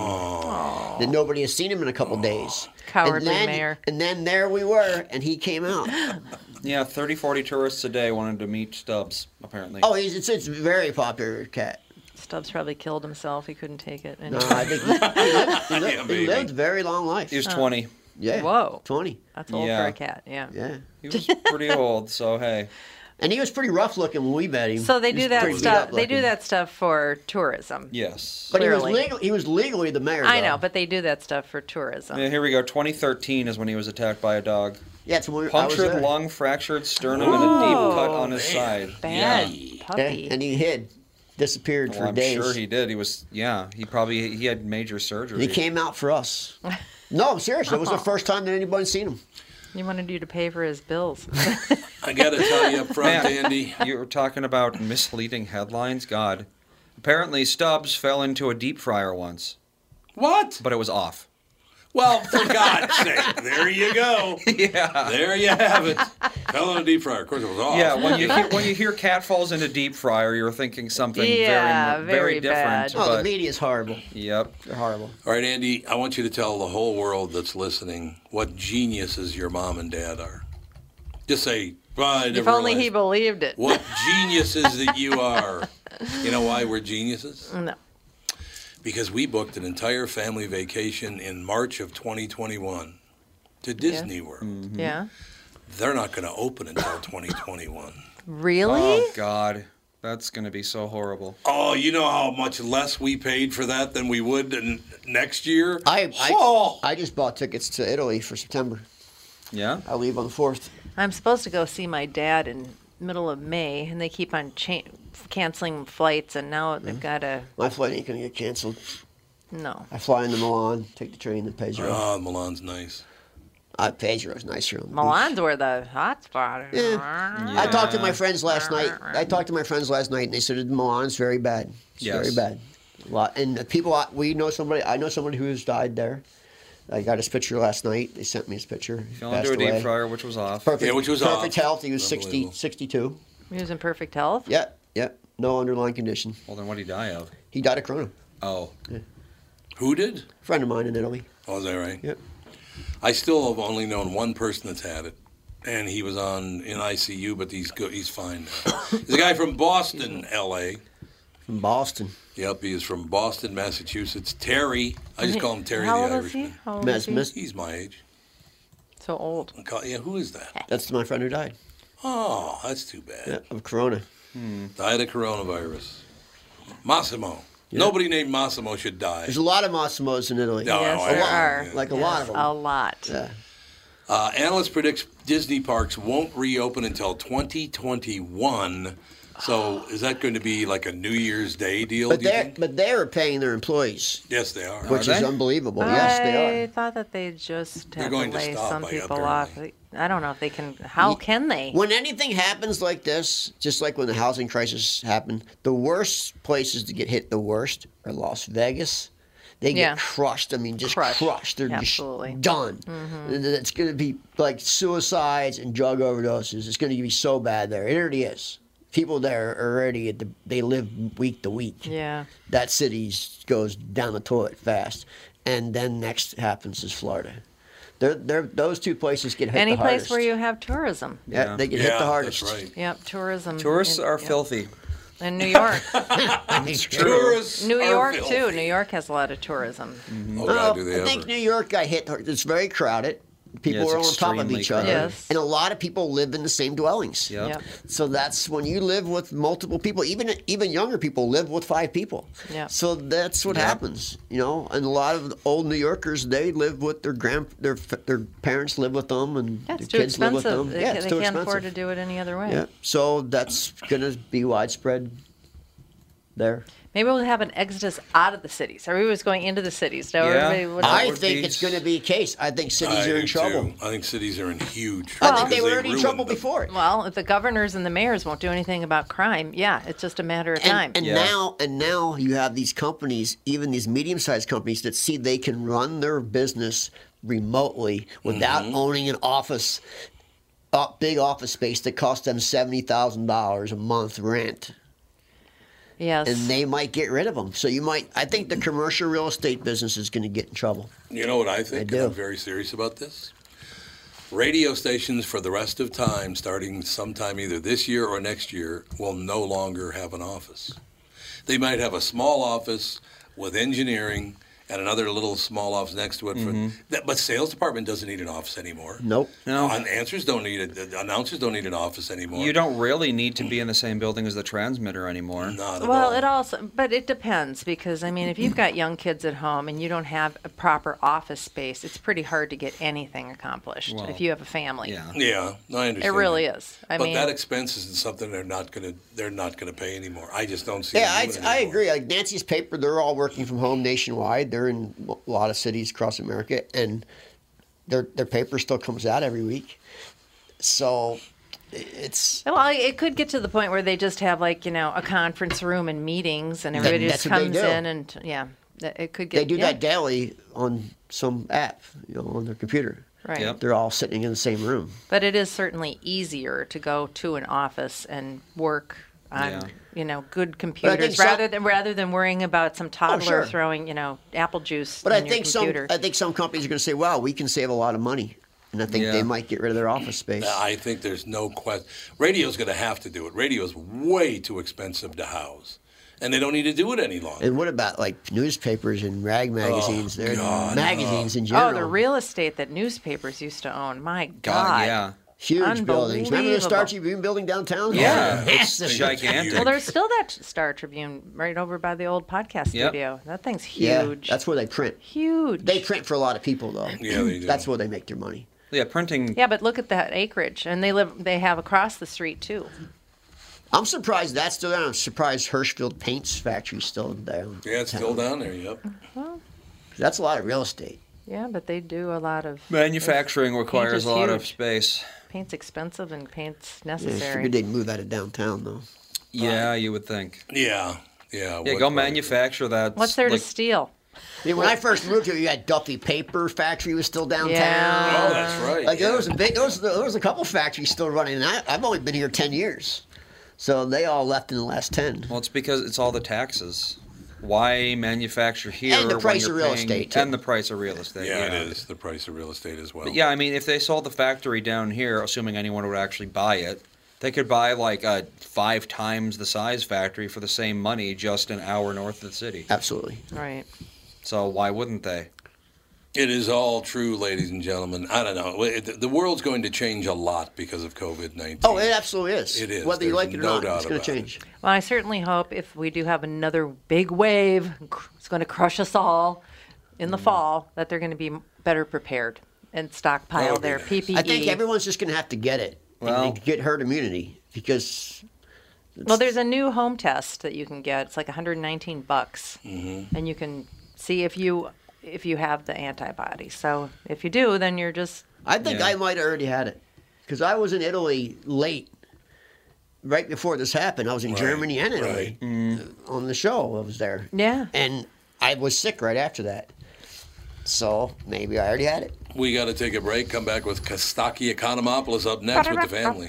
B: That nobody has seen him in a couple days.
C: Cowardly
B: and then,
C: mayor.
B: And then there we were, and he came out.
D: Yeah, 30, 40 tourists a day wanted to meet Stubbs, apparently.
B: Oh, he's, it's it's a very popular cat.
C: Stubbs probably killed himself. He couldn't take it. And
B: No, I think he, he lived, he lived-
A: Yeah,
B: he
A: baby.
B: lived a very long life.
D: He was 20.
B: yeah,
C: Whoa. Uh,
B: twenty.
C: that's old
D: Yeah.
C: for a cat. Yeah.
B: Yeah,
D: He was pretty old, so hey.
B: and he was pretty rough looking when we met him.
C: So they
B: He was
C: do that
B: pretty beat
C: stuff.
B: up
C: They do
B: looking.
C: that stuff for tourism.
D: Yes.
B: But he was,
C: clearly.
B: legal, he was legally the mayor.
C: I
B: though.
C: know, but they do that stuff for tourism.
D: Yeah, here we go. 2013 is when he was attacked by a dog.
B: yeah, it's when we, I was
D: Punctured
B: there.
D: lung, fractured sternum, and a deep cut
C: Whoa.
D: on his side.
C: Bad
D: Yeah.
B: Yeah,
C: puppy.
B: and he hid, disappeared
D: Well,
B: for
D: Oh, I'm
B: days.
D: sure he did. He was, yeah. He probably he had major surgery.
B: And he came out for us. No, I'm serious. It was the first time that anybody's seen him.
C: He wanted you to pay for his bills.
A: I got to tell you up front,
D: Man.
A: Andy.
D: You were talking about misleading headlines. God, apparently Stubbs fell into a deep fryer once,
A: What?
D: but it was off.
A: Well, for God's sake, there you go.
D: Yeah.
A: There you have it. Fell in a deep fryer. Of course, it was off.
D: Yeah, when you hear, when you hear cat falls into deep fryer, you're thinking something
C: Yeah,
D: very
C: very
D: very
C: bad.
D: different.
B: Oh, the
D: but-
B: media's horrible.
D: yep.
B: They're horrible.
A: All right, Andy, I want you to tell the whole world that's listening what geniuses your mom and dad are. Just say, well, I
C: if
A: never
C: only he
A: realized
C: believed it.
A: what geniuses that you are. You know why we're geniuses?
C: No.
A: Because we booked an entire family vacation in March of 2021 to Disney World.
B: Hmm. Mm-hmm.
C: Yeah.
A: They're not going to open until 2021.
C: Really?
D: Oh God, that's gonna be so horrible.
A: Oh, you know how much less we paid for that than we would in next year?
B: I
A: Oh!
B: I, I just bought tickets to Italy for September.
D: Yeah.
B: I leave on the fourth.
C: I'm supposed to go see my dad in middle of May, and they keep on cha- canceling flights, and now
B: Mm-hmm.
C: they've got to
B: My flight ain't gonna get canceled.
C: no.
B: I fly into Milan, take the train to Pedro.
A: Ah, Milan's nice.
B: Uh, Pedro's nicer. on the beach.
C: Milan's where the hot spot. is.
B: Yeah. Eh, I talked to my friends last night. I talked to my friends last night, and they said Milan's very bad. It's
D: Yes.
B: very bad. A lot, and the people I- we know somebody. I know somebody who's died there. I got his picture last night. They sent me his picture. He
D: Fell into
B: passed
D: a deep
B: away.
D: fryer, which was off.
B: Perfect,
A: Yeah, which was
B: perfect
A: off.
B: health. He was 60,
A: Unbelievable.
B: 62.
C: He was in perfect health.
B: Yep, yep. No underlying condition.
D: Well, then what did he die of?
B: He died of corona.
C: Mm-hmm.
D: Oh,
A: Who did?
B: friend of mine in Italy.
A: Oh, is that right?
B: Yep.
A: I still have only known one person that's had it, and he was on in ICU, but he's good. He's fine now. He's a guy from Boston, L.A.
B: From Boston.
A: Yep, he is from Boston, Massachusetts. Terry, I just call him Terry
C: How
A: the
C: old is he?
A: Irishman.
C: How old
B: Miss-
C: is he?
B: miss-
A: He's my age.
C: So old.
A: I call- yeah, who is that?
B: That's my friend who died
A: Oh, that's too bad.
B: yeah, of corona.
A: Died of coronavirus. Massimo. Nobody named Massimo should die.
B: There's a lot of Massimos in Italy.
A: No,
C: yes,
A: I-
C: there
A: I-
C: are.
B: Like a
C: Yes,
B: lot of 'em.
C: A lot.
B: Yeah.
A: Uh, analysts predict Disney parks won't reopen until 2021. So is that going to be like a New Year's Day deal?
B: But
A: do you
B: they're
A: think?
B: but they're paying their employees,
A: Yes, they are.
B: which is unbelievable. yes, they
C: I
B: are.
C: thought that they just
A: They're
C: had
A: going
C: to
A: to
C: lay
A: stop,
C: some
A: I-
C: people off. I don't know if they can. How can they?
B: When anything happens like this, just like when the housing crisis happened, the worst places to get hit the worst are Las Vegas. They get
C: Yeah.
B: crushed. I mean, just crushed.
C: Crushed.
B: They're
C: Absolutely. Mm-hmm.
B: just done. Th- th- It's going to be like suicides and drug overdoses. It's going to be so bad there. It already is. People there are already at the, they live week to week.
C: Yeah.
B: That city goes down the toilet fast, and then next happens is Florida. They're, they're, those two places get hit
C: Any
B: the
C: place
B: hardest.
C: where you have tourism.
B: Yeah, they get hit
A: Yeah,
B: the hardest.
A: That's right.
C: Yep, tourism.
D: Tourists
C: in-
D: are
C: yep.
D: filthy.
C: In New York.
B: It's
A: Tourists
C: New
A: are
C: York,
A: filthy.
C: too. New York has a lot of tourism.
A: Oh,
B: Well,
A: God, do they
B: I think
A: ever.
B: New York got hit. hard. It's very crowded. People
D: Yeah, it's
B: are on top of
D: extremely
B: each other,
C: crowded. Yes.
B: and a lot of people live in the same dwellings.
D: Yep.
C: Yep.
B: So that's when you live with multiple people. Even even younger people live with five people.
C: Yep.
B: So that's what
D: Yep.
B: happens, you know. And a lot of the old New Yorkers they live with their grand their f- their parents live with them, and
C: That's too
B: their kids live with
C: expensive.
B: them.
C: They,
B: yeah,
C: ca-
B: it's
C: they
B: too
C: can't
B: expensive.
C: afford to do it any other way.
B: Yeah. So that's gonna be widespread there.
C: Maybe we'll have an exodus out of the cities. Everybody was going into the cities. Now
D: Yeah.
C: everybody would
D: That
B: I
D: would
B: think
D: be-
B: it's gonna be a case. I think cities
A: I
B: are
A: do,
B: in trouble.
A: Too. I think cities are in huge
B: I
A: trouble.
B: think they
A: because
B: were already in
A: ruined
B: trouble
A: them.
B: before it.
C: Well, if the governors and the mayors won't do anything about crime, yeah, it's just a matter of time.
B: And, and
D: Yeah.
B: now, and now you have these companies, even these medium-sized companies, that see they can run their business remotely without
A: Mm-hmm.
B: owning an office, a big office space that costs them seventy thousand dollars a month rent,
C: yes.
B: and they might get rid of them. So you might, I think, the commercial real estate business is going to get in trouble.
A: You know what I think?
B: I
A: and
B: do.
A: I'm very serious about this. Radio stations for the rest of time, starting sometime either this year or next year, will no longer have an office. They might have a small office with engineering and another little small office next to it. For,
B: Mm-hmm.
A: that, but sales department doesn't need an office anymore.
B: Nope.
D: No.
A: An- Answers don't need it. Announcers don't need an office anymore.
D: You don't really need to be in the same building as the transmitter anymore.
A: Not at
C: well,
A: all.
C: it also, but it depends because I mean, if you've got young kids at home and you don't have a proper office space, it's pretty hard to get anything accomplished
D: Well,
C: if you have a family.
D: Yeah.
A: Yeah, I understand.
C: It really
A: that.
C: is. I
A: but
C: mean,
A: that expense isn't something they're not gonna they're not gonna pay anymore. I just don't see.
B: Yeah,
A: them
B: I,
A: doing it
B: I
A: anymore.
B: agree. Like Nancy's paper, they're all working from home nationwide. They're in a lot of cities across America, and their their paper still comes out every week. So it's
C: well, it could get to the point where they just have like you know a conference room and meetings, and everybody
B: that's
C: just
B: what they
C: comes
B: do.
C: in and yeah, that- it could get.
B: they do
C: yeah,
B: that daily on some app, you know, on their computer.
C: Right.
D: Yep.
B: They're all sitting in the same room.
C: But it is certainly easier to go to an office and work on,
D: Yeah.
C: you know, good
B: I think
C: computers
B: some-
C: rather than rather than worrying about some toddler
B: sure.
C: throwing, you know, apple juice
B: But
C: in
B: I
C: your
B: think
C: computer.
B: some I think some companies are going to say, "Wow, we can save a lot of money," and I think
D: Yeah.
B: they might get rid of their office space.
A: I think there's no question. Radio's going to have to do it. Radio's way too expensive to house, and they don't need to do it any longer.
B: and what about like newspapers and rag magazines? They're
A: God,
B: magazines in general.
C: Oh, the real estate that newspapers used to own. My God.
D: God, yeah.
B: Huge buildings. Remember the Star
C: Unbelievable.
B: Tribune building downtown?
D: Yeah.
B: Massive.
D: Gigantic.
C: Well, there's still that Star Tribune right over by the old podcast
D: Yep.
C: studio. That thing's
B: Yeah,
C: huge.
B: that's where they print.
C: huge.
B: They print for a lot of people, though.
A: Yeah, they do.
B: That's where they make their money.
D: Yeah, printing.
C: yeah, but look at that acreage, and they live. They have across the street too.
B: I'm surprised that's still there. I'm surprised Hirschfield Paints Factory's still there.
A: yeah, it's still down there. Yep.
B: That's a lot of real estate.
C: Yeah, but they do a lot of
D: Manufacturing requires
C: is
D: a lot of
C: huge.
D: space.
C: paint's expensive and paint's
B: Yeah, I
C: necessary.
B: figured they'd move out of downtown, though.
D: Yeah, you would think.
A: Yeah. Yeah.
D: Yeah,
A: what-
D: go manufacture that.
C: What's there
D: like,
C: to steal?
B: I mean, when I first moved here, you had Duffy Paper Factory was still downtown.
C: Yeah.
A: Oh, that's right.
B: Like
A: yeah.
B: there was a big, there was, there was a couple factories still running. And I, I've only been here ten years, so they all left in the last ten.
D: Well, it's because it's all the taxes. Why manufacture here?
B: And the
D: when
B: price
D: you're
B: of real
D: paying-
B: estate, too.
D: And the price of real estate.
A: yeah, it is the price of real estate as well.
D: But yeah, I mean, if they sold the factory down here, assuming anyone would actually buy it, they could buy like a five times the size factory for the same money just an hour north of the city.
B: Absolutely.
C: Right.
D: So why wouldn't they?
A: It is all true, ladies and gentlemen. I don't know. It- The world's going to change a lot because of COVID nineteen.
B: Oh, it absolutely is.
A: It is.
B: Whether you
A: There's
B: like it or
A: no
B: not,
A: doubt
B: it's going
A: about
B: to
A: it.
B: change.
C: Well, I certainly hope if we do have another big wave, cr- it's going to crush us all in the
D: Mm.
C: fall, that they're going to be m- better prepared and
A: That
C: stockpile
A: would be
C: their E.
A: nice.
C: PPE.
B: I think everyone's just going to have to get it.
D: Well-
B: and get herd immunity because
C: Well, there's a new home test that you can get. It's like 119 bucks, and you can see if you if you have the antibody. So if you do, then you're just
B: I think I might have already had it because I was in Italy late, right before this happened. I was in Germany and Italy uh, on the show. I was there.
C: yeah.
B: And I was sick right after that. So maybe I already had it.
A: We got to take a break. Come back with Kostaki Economopoulos up next with the family.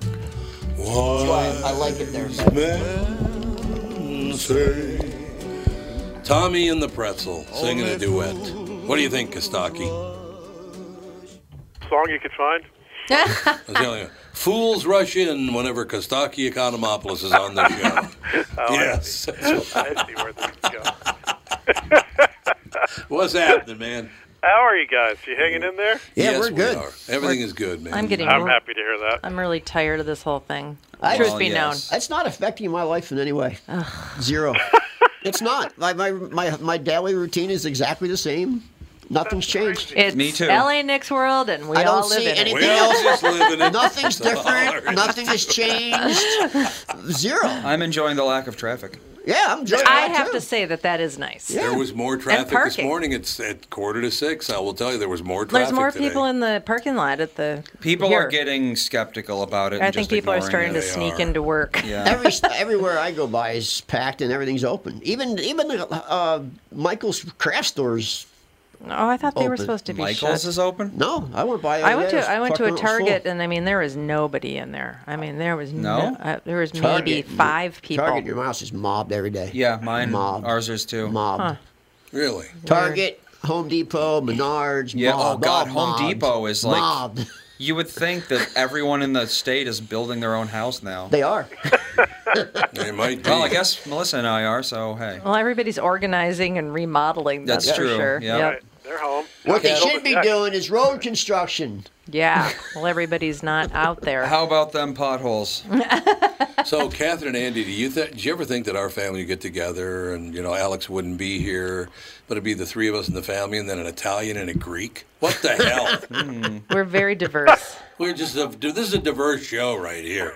B: That's why I like it there.
A: Tommy and the Pretzel singing a duet. What do you think, Kostaki?
E: Song you could find.
A: I'm telling you, fools rush in whenever Kostaki Economopoulos is on the show. yes.
E: I see where this is going.
A: What's happening, man?
E: How are you guys? You hanging in there?
B: Yeah,
A: Yes,
B: we're
A: we
B: good.
A: are. Everything is good, man.
C: I'm getting.
E: I'm
C: re-
E: happy to hear that.
C: I'm really tired of this whole thing.
B: I-
C: Truth
D: Well,
C: be
D: yes.
B: That's not affecting my life in any way. Zero. it's not. My, my my my daily routine is exactly the same. Nothing's changed.
C: known, it's
D: Me too.
C: LA Nick's world, and we
B: I don't
C: all live
B: see
C: in it.
B: anything
A: We all just living it.
B: Nothing's
A: That's all
B: different.
A: right.
B: Nothing has changed. Zero.
D: I'm enjoying the lack of traffic.
B: Yeah, I'm enjoying
C: I
B: that,
C: have
B: too.
C: to say that that is nice.
B: Yeah.
A: There was more traffic this
C: parking.
A: morning. It's at quarter to six. I will tell you, there was more traffic
C: There's more
A: today.
C: people in the parking lot at the.
D: People
C: here.
D: are getting skeptical about it.
C: I
D: and
C: think
D: just
C: people are
D: ignoring
C: starting
D: it.
C: to sneak
A: are.
C: into work.
D: Yeah.
B: Every, everywhere I go by is packed and everything's open. Even even uh, Michael's craft stores.
C: Oh, I thought they were
B: Open.
C: supposed to be
D: Michael's
C: shut.
D: is open.
B: No, I went by. the
C: I
B: other
C: went
B: day, it was
C: to I went to a
B: fucking full.
C: Target uh, and I mean there was nobody in there. I mean there was
D: No?
C: uh, there was
B: Target,
C: maybe
B: your-
C: five people.
B: Target, your mouse is mobbed every day.
D: Yeah, mine.
B: Mob.
D: Ours is too.
B: Mob.
A: Really?
B: Target, Home Depot, Menards.
D: Yeah, oh
B: Mob,
D: God,
B: all
D: Home
B: mobbed.
D: Depot is like-
B: mobbed.
D: You would think that everyone in the state is building their own house now.
B: They are.
A: They might be.
D: Well, I guess Melissa and I are, so hey.
C: Well, everybody's organizing and remodeling. That's,
D: That's
C: for
D: true,
C: sure.
D: yeah.
E: All right, they're home.
B: What they
E: Okay.
B: should be
E: Yeah.
B: doing is road construction.
C: Yeah. Well, everybody's not out there.
D: How about them potholes?
A: So, Catherine and Andy, do you th- did you ever think that our family would get together and you know Alex wouldn't be here, but it'd be the three of us in the family and then an Italian and a Greek? What the hell?
C: We're very diverse.
A: We're just a, dude, this is a diverse show right here.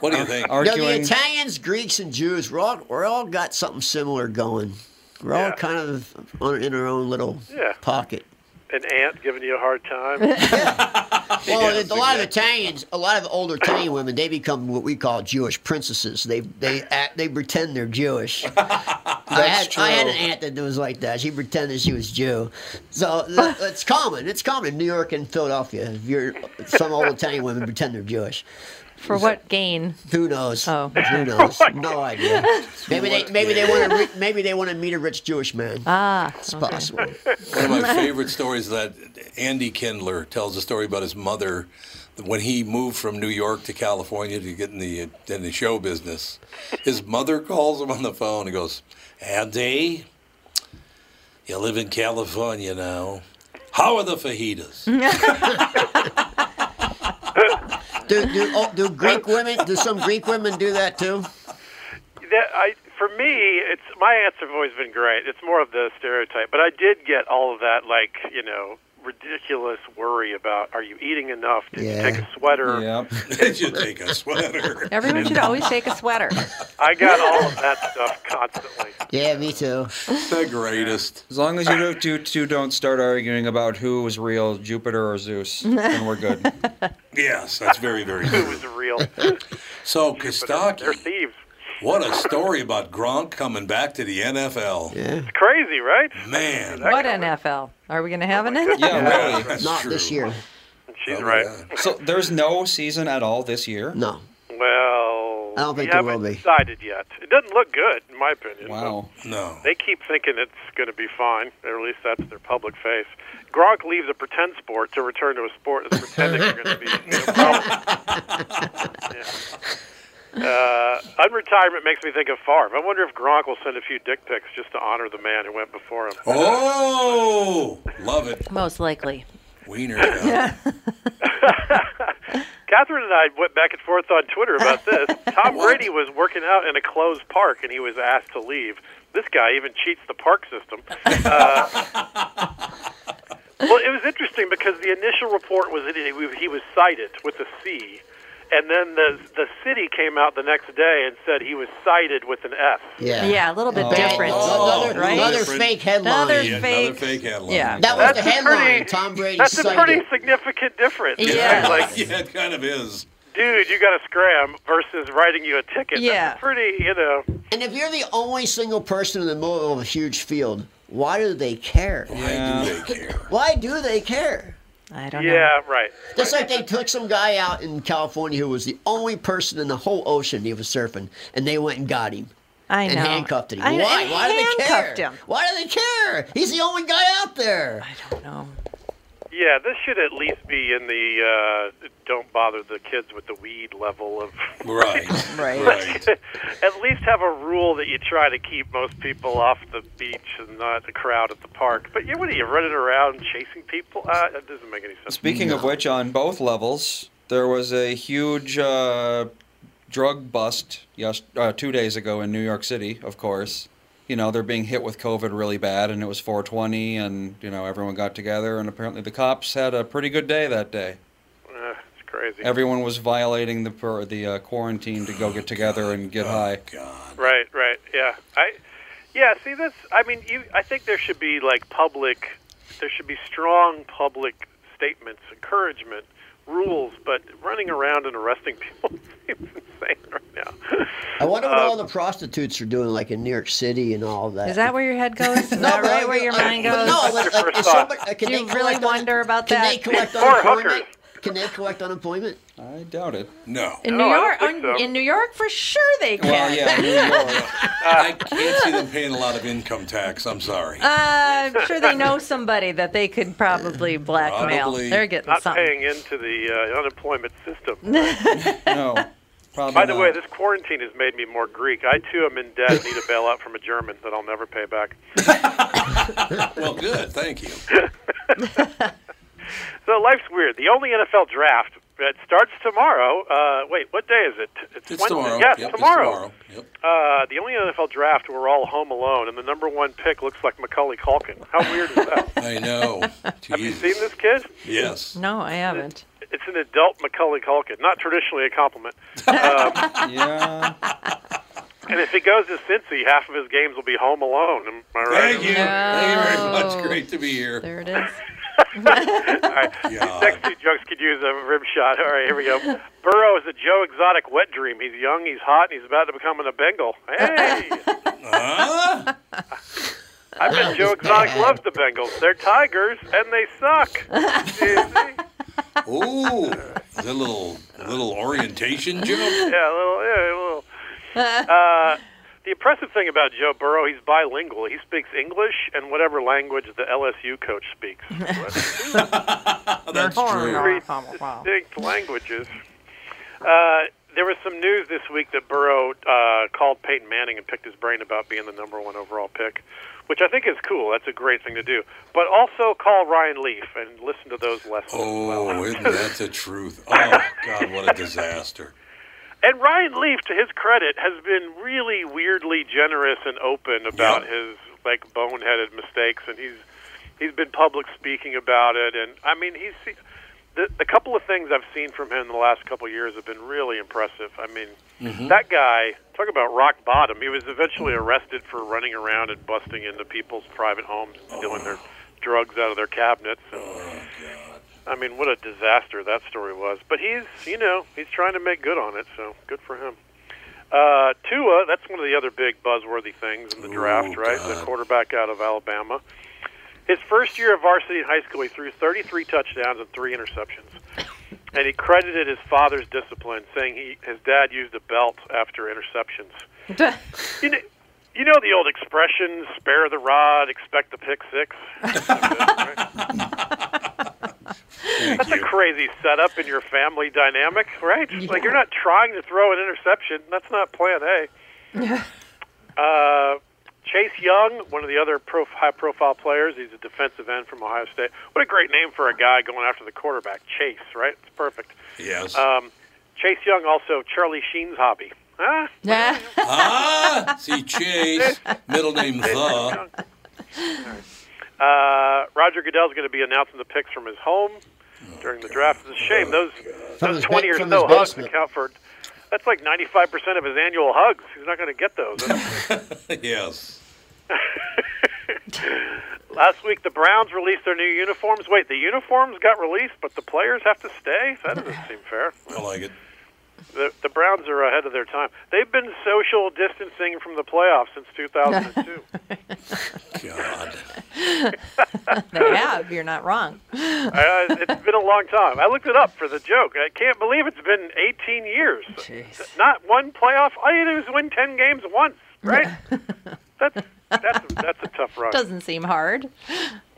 A: What do you think?
B: No, the
D: Arguing.
B: Italians, Greeks, and Jews, we're all, we're all got something similar going. We're all
E: Yeah.
B: kind of on, in our own little
E: Yeah.
B: pocket.
E: An aunt giving you a hard time.
B: Well, there's a lot of Italians, a lot of older Italian women, they become what we call Jewish princesses. They they act, they pretend they're Jewish. I, had, I had an aunt that was like that. She pretended she was Jew. So th- it's common. It's common in New York and Philadelphia. If you're some old Italian women pretend they're Jewish.
C: For what gain?
B: Who knows?
C: Oh.
B: Who knows? no idea. Maybe they maybe they want to re- maybe they want to meet a rich Jewish man.
C: Ah.
B: it's possible.
A: One of my favorite stories is that Andy Kindler tells a story about his mother when he moved from New York to California to get in the in the show business. His mother calls him on the phone and goes, "Andy, you live in California now. How are the fajitas?"
B: Do, do, oh, do Greek women? Do some Greek women do that too?
E: that, I, for me, it's my answer have always been great. It's more of the stereotype, but I did get all of that, like you know,
G: ridiculous worry about are you eating enough? Did
B: Yeah.
G: you take a sweater?
D: Yep.
A: Did you take a sweater?
C: Everyone should always take a sweater.
G: I got all of that stuff constantly.
B: Yeah, me too.
A: the greatest.
D: As long as you don't, two, two don't start arguing about who was real, Jupiter or Zeus, then we're good.
A: Yes, that's very, very
G: It
A: good.
G: was real.
A: So,
G: They're
A: Kostaki,
G: thieves.
A: what a story about Gronk coming back to the NFL.
B: Yeah.
G: It's crazy, right?
A: Man,
C: What NFL? Are we going to have an NFL?
D: Yeah, really.
A: that's
B: Not
A: true.
B: this year.
G: She's
A: Oh, my
G: right.
A: God.
D: So there's no season at all this year.
B: No.
G: Well,
B: I don't think
G: we
B: there
G: haven't
B: will be.
G: decided yet. It doesn't look good, in my opinion.
D: Wow.
A: No.
G: They keep thinking it's going to be fine, or at least that's their public face. Gronk leaves a pretend sport to return to a sport that's pretending they're going to be no problem. Yeah. Uh, unretirement makes me think of Favre. I wonder if Gronk will send a few dick pics just to honor the man who went before him.
A: Oh, love it.
C: Most likely.
A: Wiener. Yeah.
G: Catherine and I went back and forth on Twitter about this. Tom
A: What?
G: Brady was working out in a closed park and he was asked to leave. This guy even cheats the park system. Uh, well, it was interesting because the initial report was that he he was cited with a C, and then the the city came out the next day and said he was cited with an S.
B: Yeah.
C: Yeah, a little bit different.
A: Oh,
B: another,
C: right?
B: another
A: Different.
B: fake headline.
C: Another
A: Yeah, another
C: fake-
A: fake headline.
C: Yeah.
B: That was
G: That's
B: the
G: a
B: headline.
G: pretty-
B: Tom Brady
G: That's a
B: cited.
G: pretty significant difference.
C: Yeah.
G: Like,
A: yeah, it kind of is.
G: dude, you got to scram versus writing you a ticket.
C: Yeah.
G: That's a pretty, you know.
B: And if you're the only single person in the middle of a huge field, why do they care?
A: Why do they care?
B: Why do they care?
C: I don't know.
G: Yeah, right.
B: Just like they took some guy out in California who was the only person in the whole ocean he was surfing, and they went and got him
C: I know.
B: and handcuffed him.
C: I-
B: Why?
C: and
B: Why do they care?
C: handcuffed him.
B: Why do they care? He's the only guy out there.
C: I don't know.
G: Yeah, this should at least be in the uh, don't bother the kids with the weed level of.
A: Right.
C: Right.
A: Right.
G: at least have a rule that you try to keep most people off the beach and not the crowd at the park. But yeah, what are you running around chasing people? Uh, that doesn't make any sense.
D: Speaking of which, on both levels, there was a huge uh, drug bust yes, uh, two days ago in New York City. Of course, you know they're being hit with COVID really bad, and it was 420, and you know everyone got together, and apparently the cops had a pretty good day that day.
G: Uh, it's crazy.
D: Everyone was violating the per- the uh, quarantine to go get together and get high.
A: God.
G: Right, right. Yeah. I Yeah, see that's I mean, you I think there should be like public there should be strong public statements, encouragement, rules, but running around and arresting people seems insane right now.
B: I wonder what all the prostitutes are doing, like in New York City and all that.
C: Is that where your head goes? Is
B: No,
C: that
B: but
C: right
B: I-
C: where your
B: I-
C: mind
B: but
C: goes?
B: No,
G: That's
B: like,
G: your
B: like,
G: first
B: is
G: thought.
B: somebody, uh, can
C: Do
B: they
C: you
B: collect
C: really
B: un-
C: wonder about
B: Can
C: that?
B: they collect
G: Or
B: unemployment?
G: hookers.
B: Can they collect unemployment?
D: I doubt it.
A: No.
C: In
G: No,
C: New
G: I don't
C: York,
G: think
C: in-
G: so.
C: in New York, for sure they can.
D: Well, yeah, New York.
A: I
G: uh,
A: can't see them paying a lot of income tax. I'm sorry.
C: Uh, I'm sure they know somebody that they could probably blackmail.
A: Probably.
C: They're getting
G: Not
C: something.
G: paying into the uh, unemployment system.
D: No, probably.
G: By the
D: not.
G: way, this quarantine has made me more Greek. I too am in debt and need a bailout from a German that I'll never pay back.
A: well, good. Thank you.
G: So life's weird. The only NFL draft that starts tomorrow. Uh, wait, what day is it?
A: It's
G: Wednesday.
A: tomorrow.
G: Yes,
A: Yep, it's
G: tomorrow.
A: Yep.
G: Uh, the only NFL draft we're all home alone, and the number one pick looks like Macaulay Culkin. How weird is that?
A: I know.
G: Have you
A: Jesus.
G: seen this kid?
A: Yes.
C: No, I haven't.
G: It's an adult Macaulay Culkin. Not traditionally a compliment.
D: yeah,
G: And if he goes to Cincy, half of his games will be home alone. Am I right?
A: Thank you. Thank you very much. Great to be here.
C: There it is.
A: God.
G: Next two jokes could use a rib shot. All right, here we go. Burrow is a Joe Exotic wet dream. He's young, he's hot, and he's about to become a Bengal. Hey!
A: Huh?
G: I bet Joe Exotic loves the Bengals. They're tigers, and they suck. Easy.
A: Ooh. Is that a little, a little orientation joke?
G: Yeah, a little. Yeah, a little. Uh, the impressive thing about Joe Burrow, he's bilingual. He speaks English and whatever language the LSU coach speaks.
A: That's true.
G: distinct languages. Uh, there was some news this week that Burrow uh, called Peyton Manning and picked his brain about being the number one overall pick, which I think is cool. That's a great thing to do. But also call Ryan Leaf and listen to those lessons.
A: Oh, isn't that the truth? Oh, God, what a disaster.
G: And Ryan Leaf, to his credit, has been really weirdly generous and open about
A: Yeah.
G: his like boneheaded mistakes, and he's he's been public speaking about it, and I mean he's the, the couple of things I've seen from him in the last couple of years have been really impressive. I mean,
H: Mhm.
G: that guy talk about rock bottom. He was eventually arrested for running around and busting into people's private homes, and stealing their drugs out of their cabinets. And, I mean, what a disaster that story was. But he's you know he's trying to make good on it, so good for him. Uh, Tua, that's one of the other big buzzworthy things in the draft, right? The quarterback out of Alabama. His first year of varsity in high school, he threw 33 touchdowns and three interceptions. And he credited his father's discipline, saying he his dad used a belt after interceptions. you, know, you know the old expression, spare the rod, expect the pick six? That's a crazy setup in your family dynamic, right? Like you're not trying to throw an interception. That's not plan A. Uh, Chase Young, one of the other prof- high-profile players. He's a defensive end from Ohio State. What a great name for a guy going after the quarterback, Chase. Right? It's perfect.
A: Yes.
G: Um, Chase Young, also Charlie Sheen's hobby. Huh?
A: ah, see, Chase, middle name The.
G: Uh, Roger Goodell's going to be announcing the picks from his home during the draft. It's a shame those
B: Oh, From
G: those
B: his ba-
G: twenty or
B: from
G: so
B: his
G: hugs
B: basement.
G: account for. That's like ninety-five percent of his annual hugs. He's not going to get those.
A: yes.
G: Last week, the Browns released their new uniforms. Wait, the uniforms got released, but the players have to stay? That doesn't seem fair.
A: I like it.
G: The, the Browns are ahead of their time. They've been social distancing from the playoffs since 2002.
A: God.
C: yeah, you're not wrong.
G: I, I- it's been a long time. I looked it up for the joke. I can't believe it's been 18 years. Not one playoff. All you do is win 10 games once, right? that's, that's, that's a tough run.
C: Doesn't seem hard.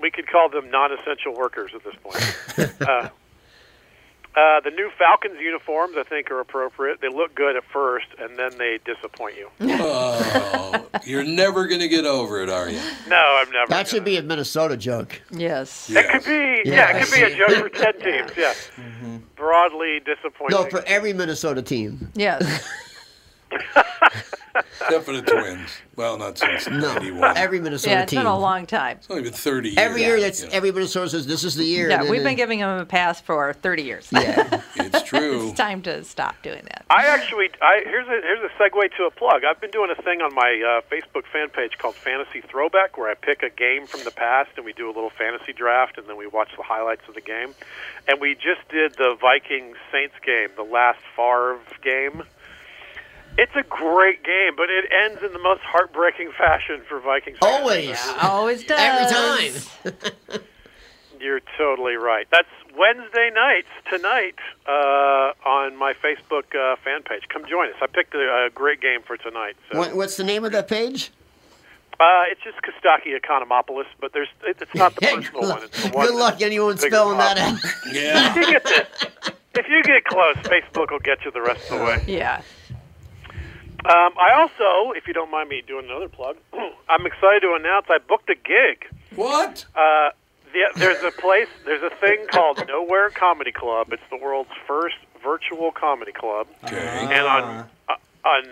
G: we could call them non-essential workers at this point. uh, uh, the new Falcons uniforms, I think, are appropriate. They look good at first, and then they disappoint you.
A: Oh, you're never going to get over it, are you?
G: No, I'm never.
B: That should be a Minnesota joke.
C: Yes.
G: It could be, yeah, it could be a joke for ten teams. Yeah, broadly disappointing.
B: Mm-hmm. No, for every Minnesota team.
C: Yes.
A: Except for the Twins. Well, not since
B: No,
G: Ah.
A: 91.
B: every Minnesota
C: yeah, it's
B: team.
C: been a long time.
A: It's only been 30 years.
B: every year, that's every Minnesota says this is the year.
C: Yeah,
B: and
C: we've
B: then-
C: been giving them a pass for 30 years.
A: It's true.
C: it's time to stop doing that.
G: I actually, I here's a here's a segue to a plug. I've been doing a thing on my uh, Facebook fan page called Fantasy Throwback, where I pick a game from the past and we do a little fantasy draft, and then we watch the highlights of the game. And we just did the Vikings Saints game, the last Favre game. It's a great game, but it ends in the most heartbreaking fashion for Vikings. fans.
B: Always.
C: Always does.
B: Every time.
G: You're totally right. That's Wednesday nights tonight uh, on my Facebook uh, fan page. Come join us. I picked a, a great game for tonight. So.
B: What, what's the name of that page?
G: Uh, it's just Kostaki Economopoulos, but there's it, it's not the personal one. It's the one
B: Good luck anyone spelling that out.
A: Yeah.
G: If you get this- if you get close, Facebook will get you the rest of the way.
C: Yeah.
G: Um, I also, if you don't mind me doing another plug, I'm excited to announce I booked a gig.
A: What?
G: Uh, the, there's a place, there's a thing called Nowhere Comedy Club. It's the world's first virtual comedy club. And on uh, on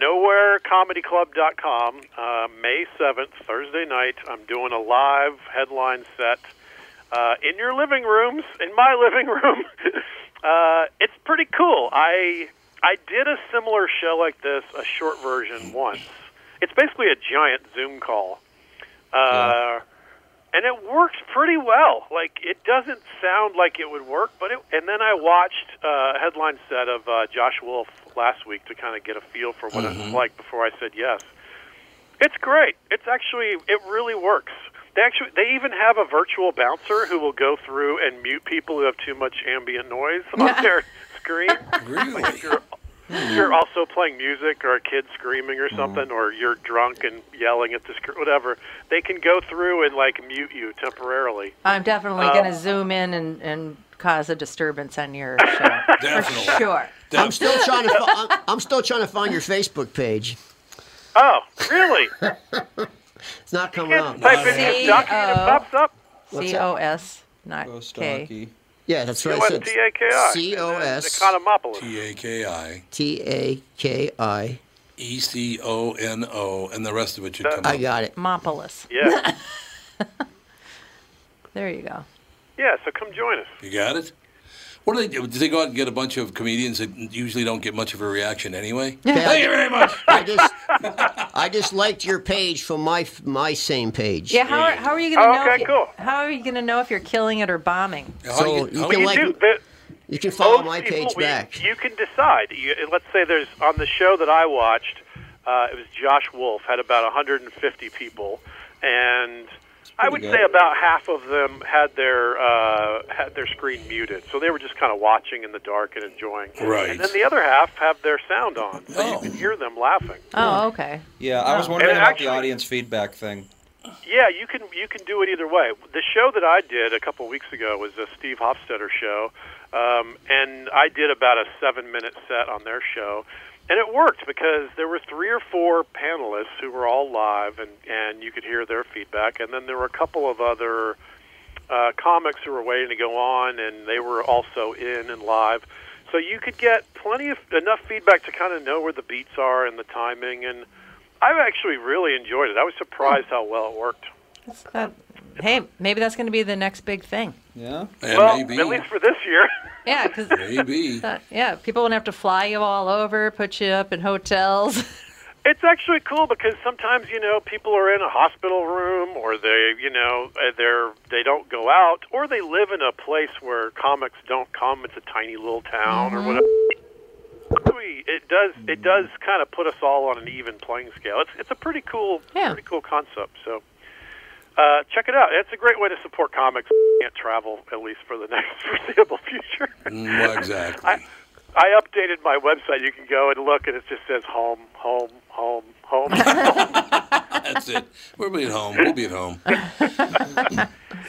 G: nowherecomedyclub.com, uh, May 7th, Thursday night, I'm doing a live headline set uh, in your living rooms, in my living room. uh, it's pretty cool. I I did a similar show like this, a short version once. It's basically a giant Zoom call. Uh, and it works pretty well. Like it doesn't sound like it would work, but it. And then I watched uh, a headline set of uh, Josh Wolf last week to kind of get a feel for what it was like before I said yes. It's great. It's actually it really works. They actually they even have a virtual bouncer who will go through and mute people who have too much ambient noise on their screen.
A: Really?
G: If you're also playing music or a kid screaming or something or you're drunk and yelling at the screen whatever they can go through and like mute you temporarily
C: I'm definitely
G: Uh,
C: going to zoom in and, and cause a disturbance on your show.
A: Definitely.
C: For sure.
B: I'm still trying to. Fi- I'm, I'm still trying to find your Facebook page.
G: oh really
B: It's not coming
G: can't
B: up.
G: type in this document and
B: uh,
G: it pops up
B: What's
C: C O S, not K.
B: Yeah, that's what I said.
G: C-O-S-T-A-K-I.
B: C O S
G: Economopoulos.
A: T E A K I
B: T A K I.
A: E C O N O, and the rest of it should come
B: I
A: up.
B: got it.
C: Mopolis.
G: yeah
C: There you go.
G: Yeah, so come join us.
A: You got it? What do they do? Do they go out and get a bunch of comedians that usually don't get much of a reaction anyway? Thank you very much.
B: I just, I just liked your page from my my same page.
C: Yeah, how are, how are you going to know?
B: Okay,
C: if you, cool. How are you going to know if you're killing it or bombing?
B: So you can like, you can
E: Oh,
B: follow my
G: People,
B: page
G: we-
B: back.
G: You can decide. You, let's say there's on the show that I watched. Uh, it was Josh Wolf had about 150 people, and I
H: pretty
G: would
H: good.
G: say about half of them had their uh, had their screen muted, so they were just kind of watching in the dark and enjoying.
D: Right.
G: And then the other half have their sound on, so
B: Oh.
G: you can hear them laughing.
C: Oh, okay.
D: Yeah, I was
G: Wow.
D: wondering
G: And
D: about
G: actually-
D: the audience feedback thing.
G: Yeah, you can you can do it either way. The show that I did a couple weeks ago was a Steve Hofstetter show, um, and I did about a seven minute set on their show, and it worked because there were three or four panelists who were all live, and and you could hear their feedback, and then there were a couple of other uh, comics who were waiting to go on, and they were also in and live. So you could get plenty of enough feedback to kind of know where the beats are and the timing, and I actually really enjoyed it. I was surprised how well it worked.
C: That's that, hey, maybe that's going to be the next big thing.
D: Yeah.
G: well, at least for this year.
C: Yeah, because
A: Maybe.
C: yeah, people won't have to fly you all over, put you up in hotels.
G: It's actually cool because sometimes you know people are in a hospital room, or they you know uh, they're they don't go out, or they live in a place where comics don't come. It's a tiny little town or whatever. We- It does it does kind of put us all on an even playing scale. It's it's a pretty cool pretty cool concept. So uh, check it out. It's a great way to support comics. who Can't travel at least for the next foreseeable future.
A: Mm, well, exactly.
G: I, I updated my website. You can go and look, and it just says home, home, home, home.
A: That's it. We'll be at home. We'll be at home.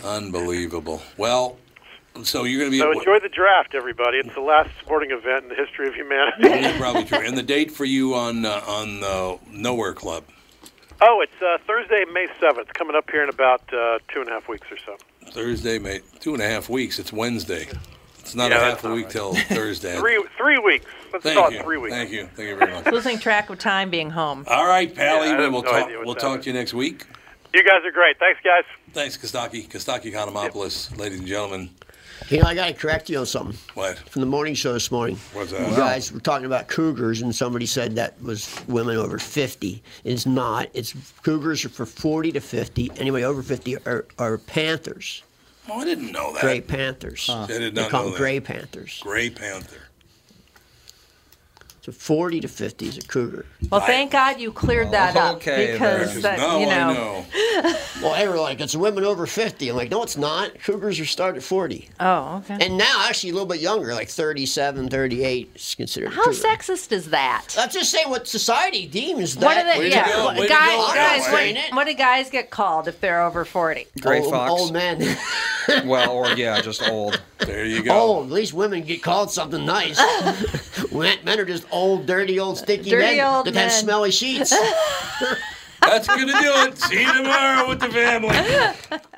A: Unbelievable. Well, so you're going to be
G: so
A: at,
G: enjoy the draft, everybody. It's the last sporting event in the history of humanity.
A: probably true. And the date for you on uh, on the Nowhere Club.
G: oh, it's uh, Thursday, May seventh, coming up here in about uh, two and a half weeks or so.
A: Thursday, mate. Two and a half weeks. It's Wednesday. It's not
G: Yeah,
A: a
G: that's
A: half a week till Thursday.
G: Three three weeks. Let's
A: Thank
G: call it
A: you.
G: three weeks.
A: Thank you. Thank you very much.
C: Losing track of time being home.
A: All right, Pally.
G: Yeah, I have
A: we'll
G: no
A: talk.
G: idea what's
A: We'll talk to you next week.
G: You guys are great. Thanks, guys.
A: Thanks, Kostaki. Kostaki Economopoulos, ladies and gentlemen.
B: You know, I got to correct you on something.
A: What?
B: From the morning show this morning.
A: What's
B: You
A: that?
B: guys were talking about cougars, and somebody said that was women over 50. It's not. It's cougars are for 40 to 50. Anyway, over 50 are, are panthers.
A: Oh, I didn't know that.
B: Gray panthers.
A: I did
B: they
A: not
B: call
A: know
B: them
A: that.
B: gray panthers.
A: Gray Panther.
B: So 40 to 50 is a cougar.
C: Well, thank God you cleared that up because that, you know,
B: well, they were like, it's women over 50. I'm like, no, it's not. Cougars are started at 40.
C: Oh, okay.
B: And now, actually, a little bit younger, like 37, 38 is considered.
C: how sexist is that?
B: I'm just saying what society deems that.
C: What do they? Yeah,
B: What-
C: guys, guys, what, what do guys get called if they're over forty?
D: Gray fox.
B: Old men.
D: well, or yeah, just old.
A: There you
B: Oh, at least women get called something nice. men, men are just old, dirty, old, stinky
C: Dirty
B: men
C: old
B: that
C: men.
B: have smelly sheets.
A: That's going to do it. See you tomorrow with the family.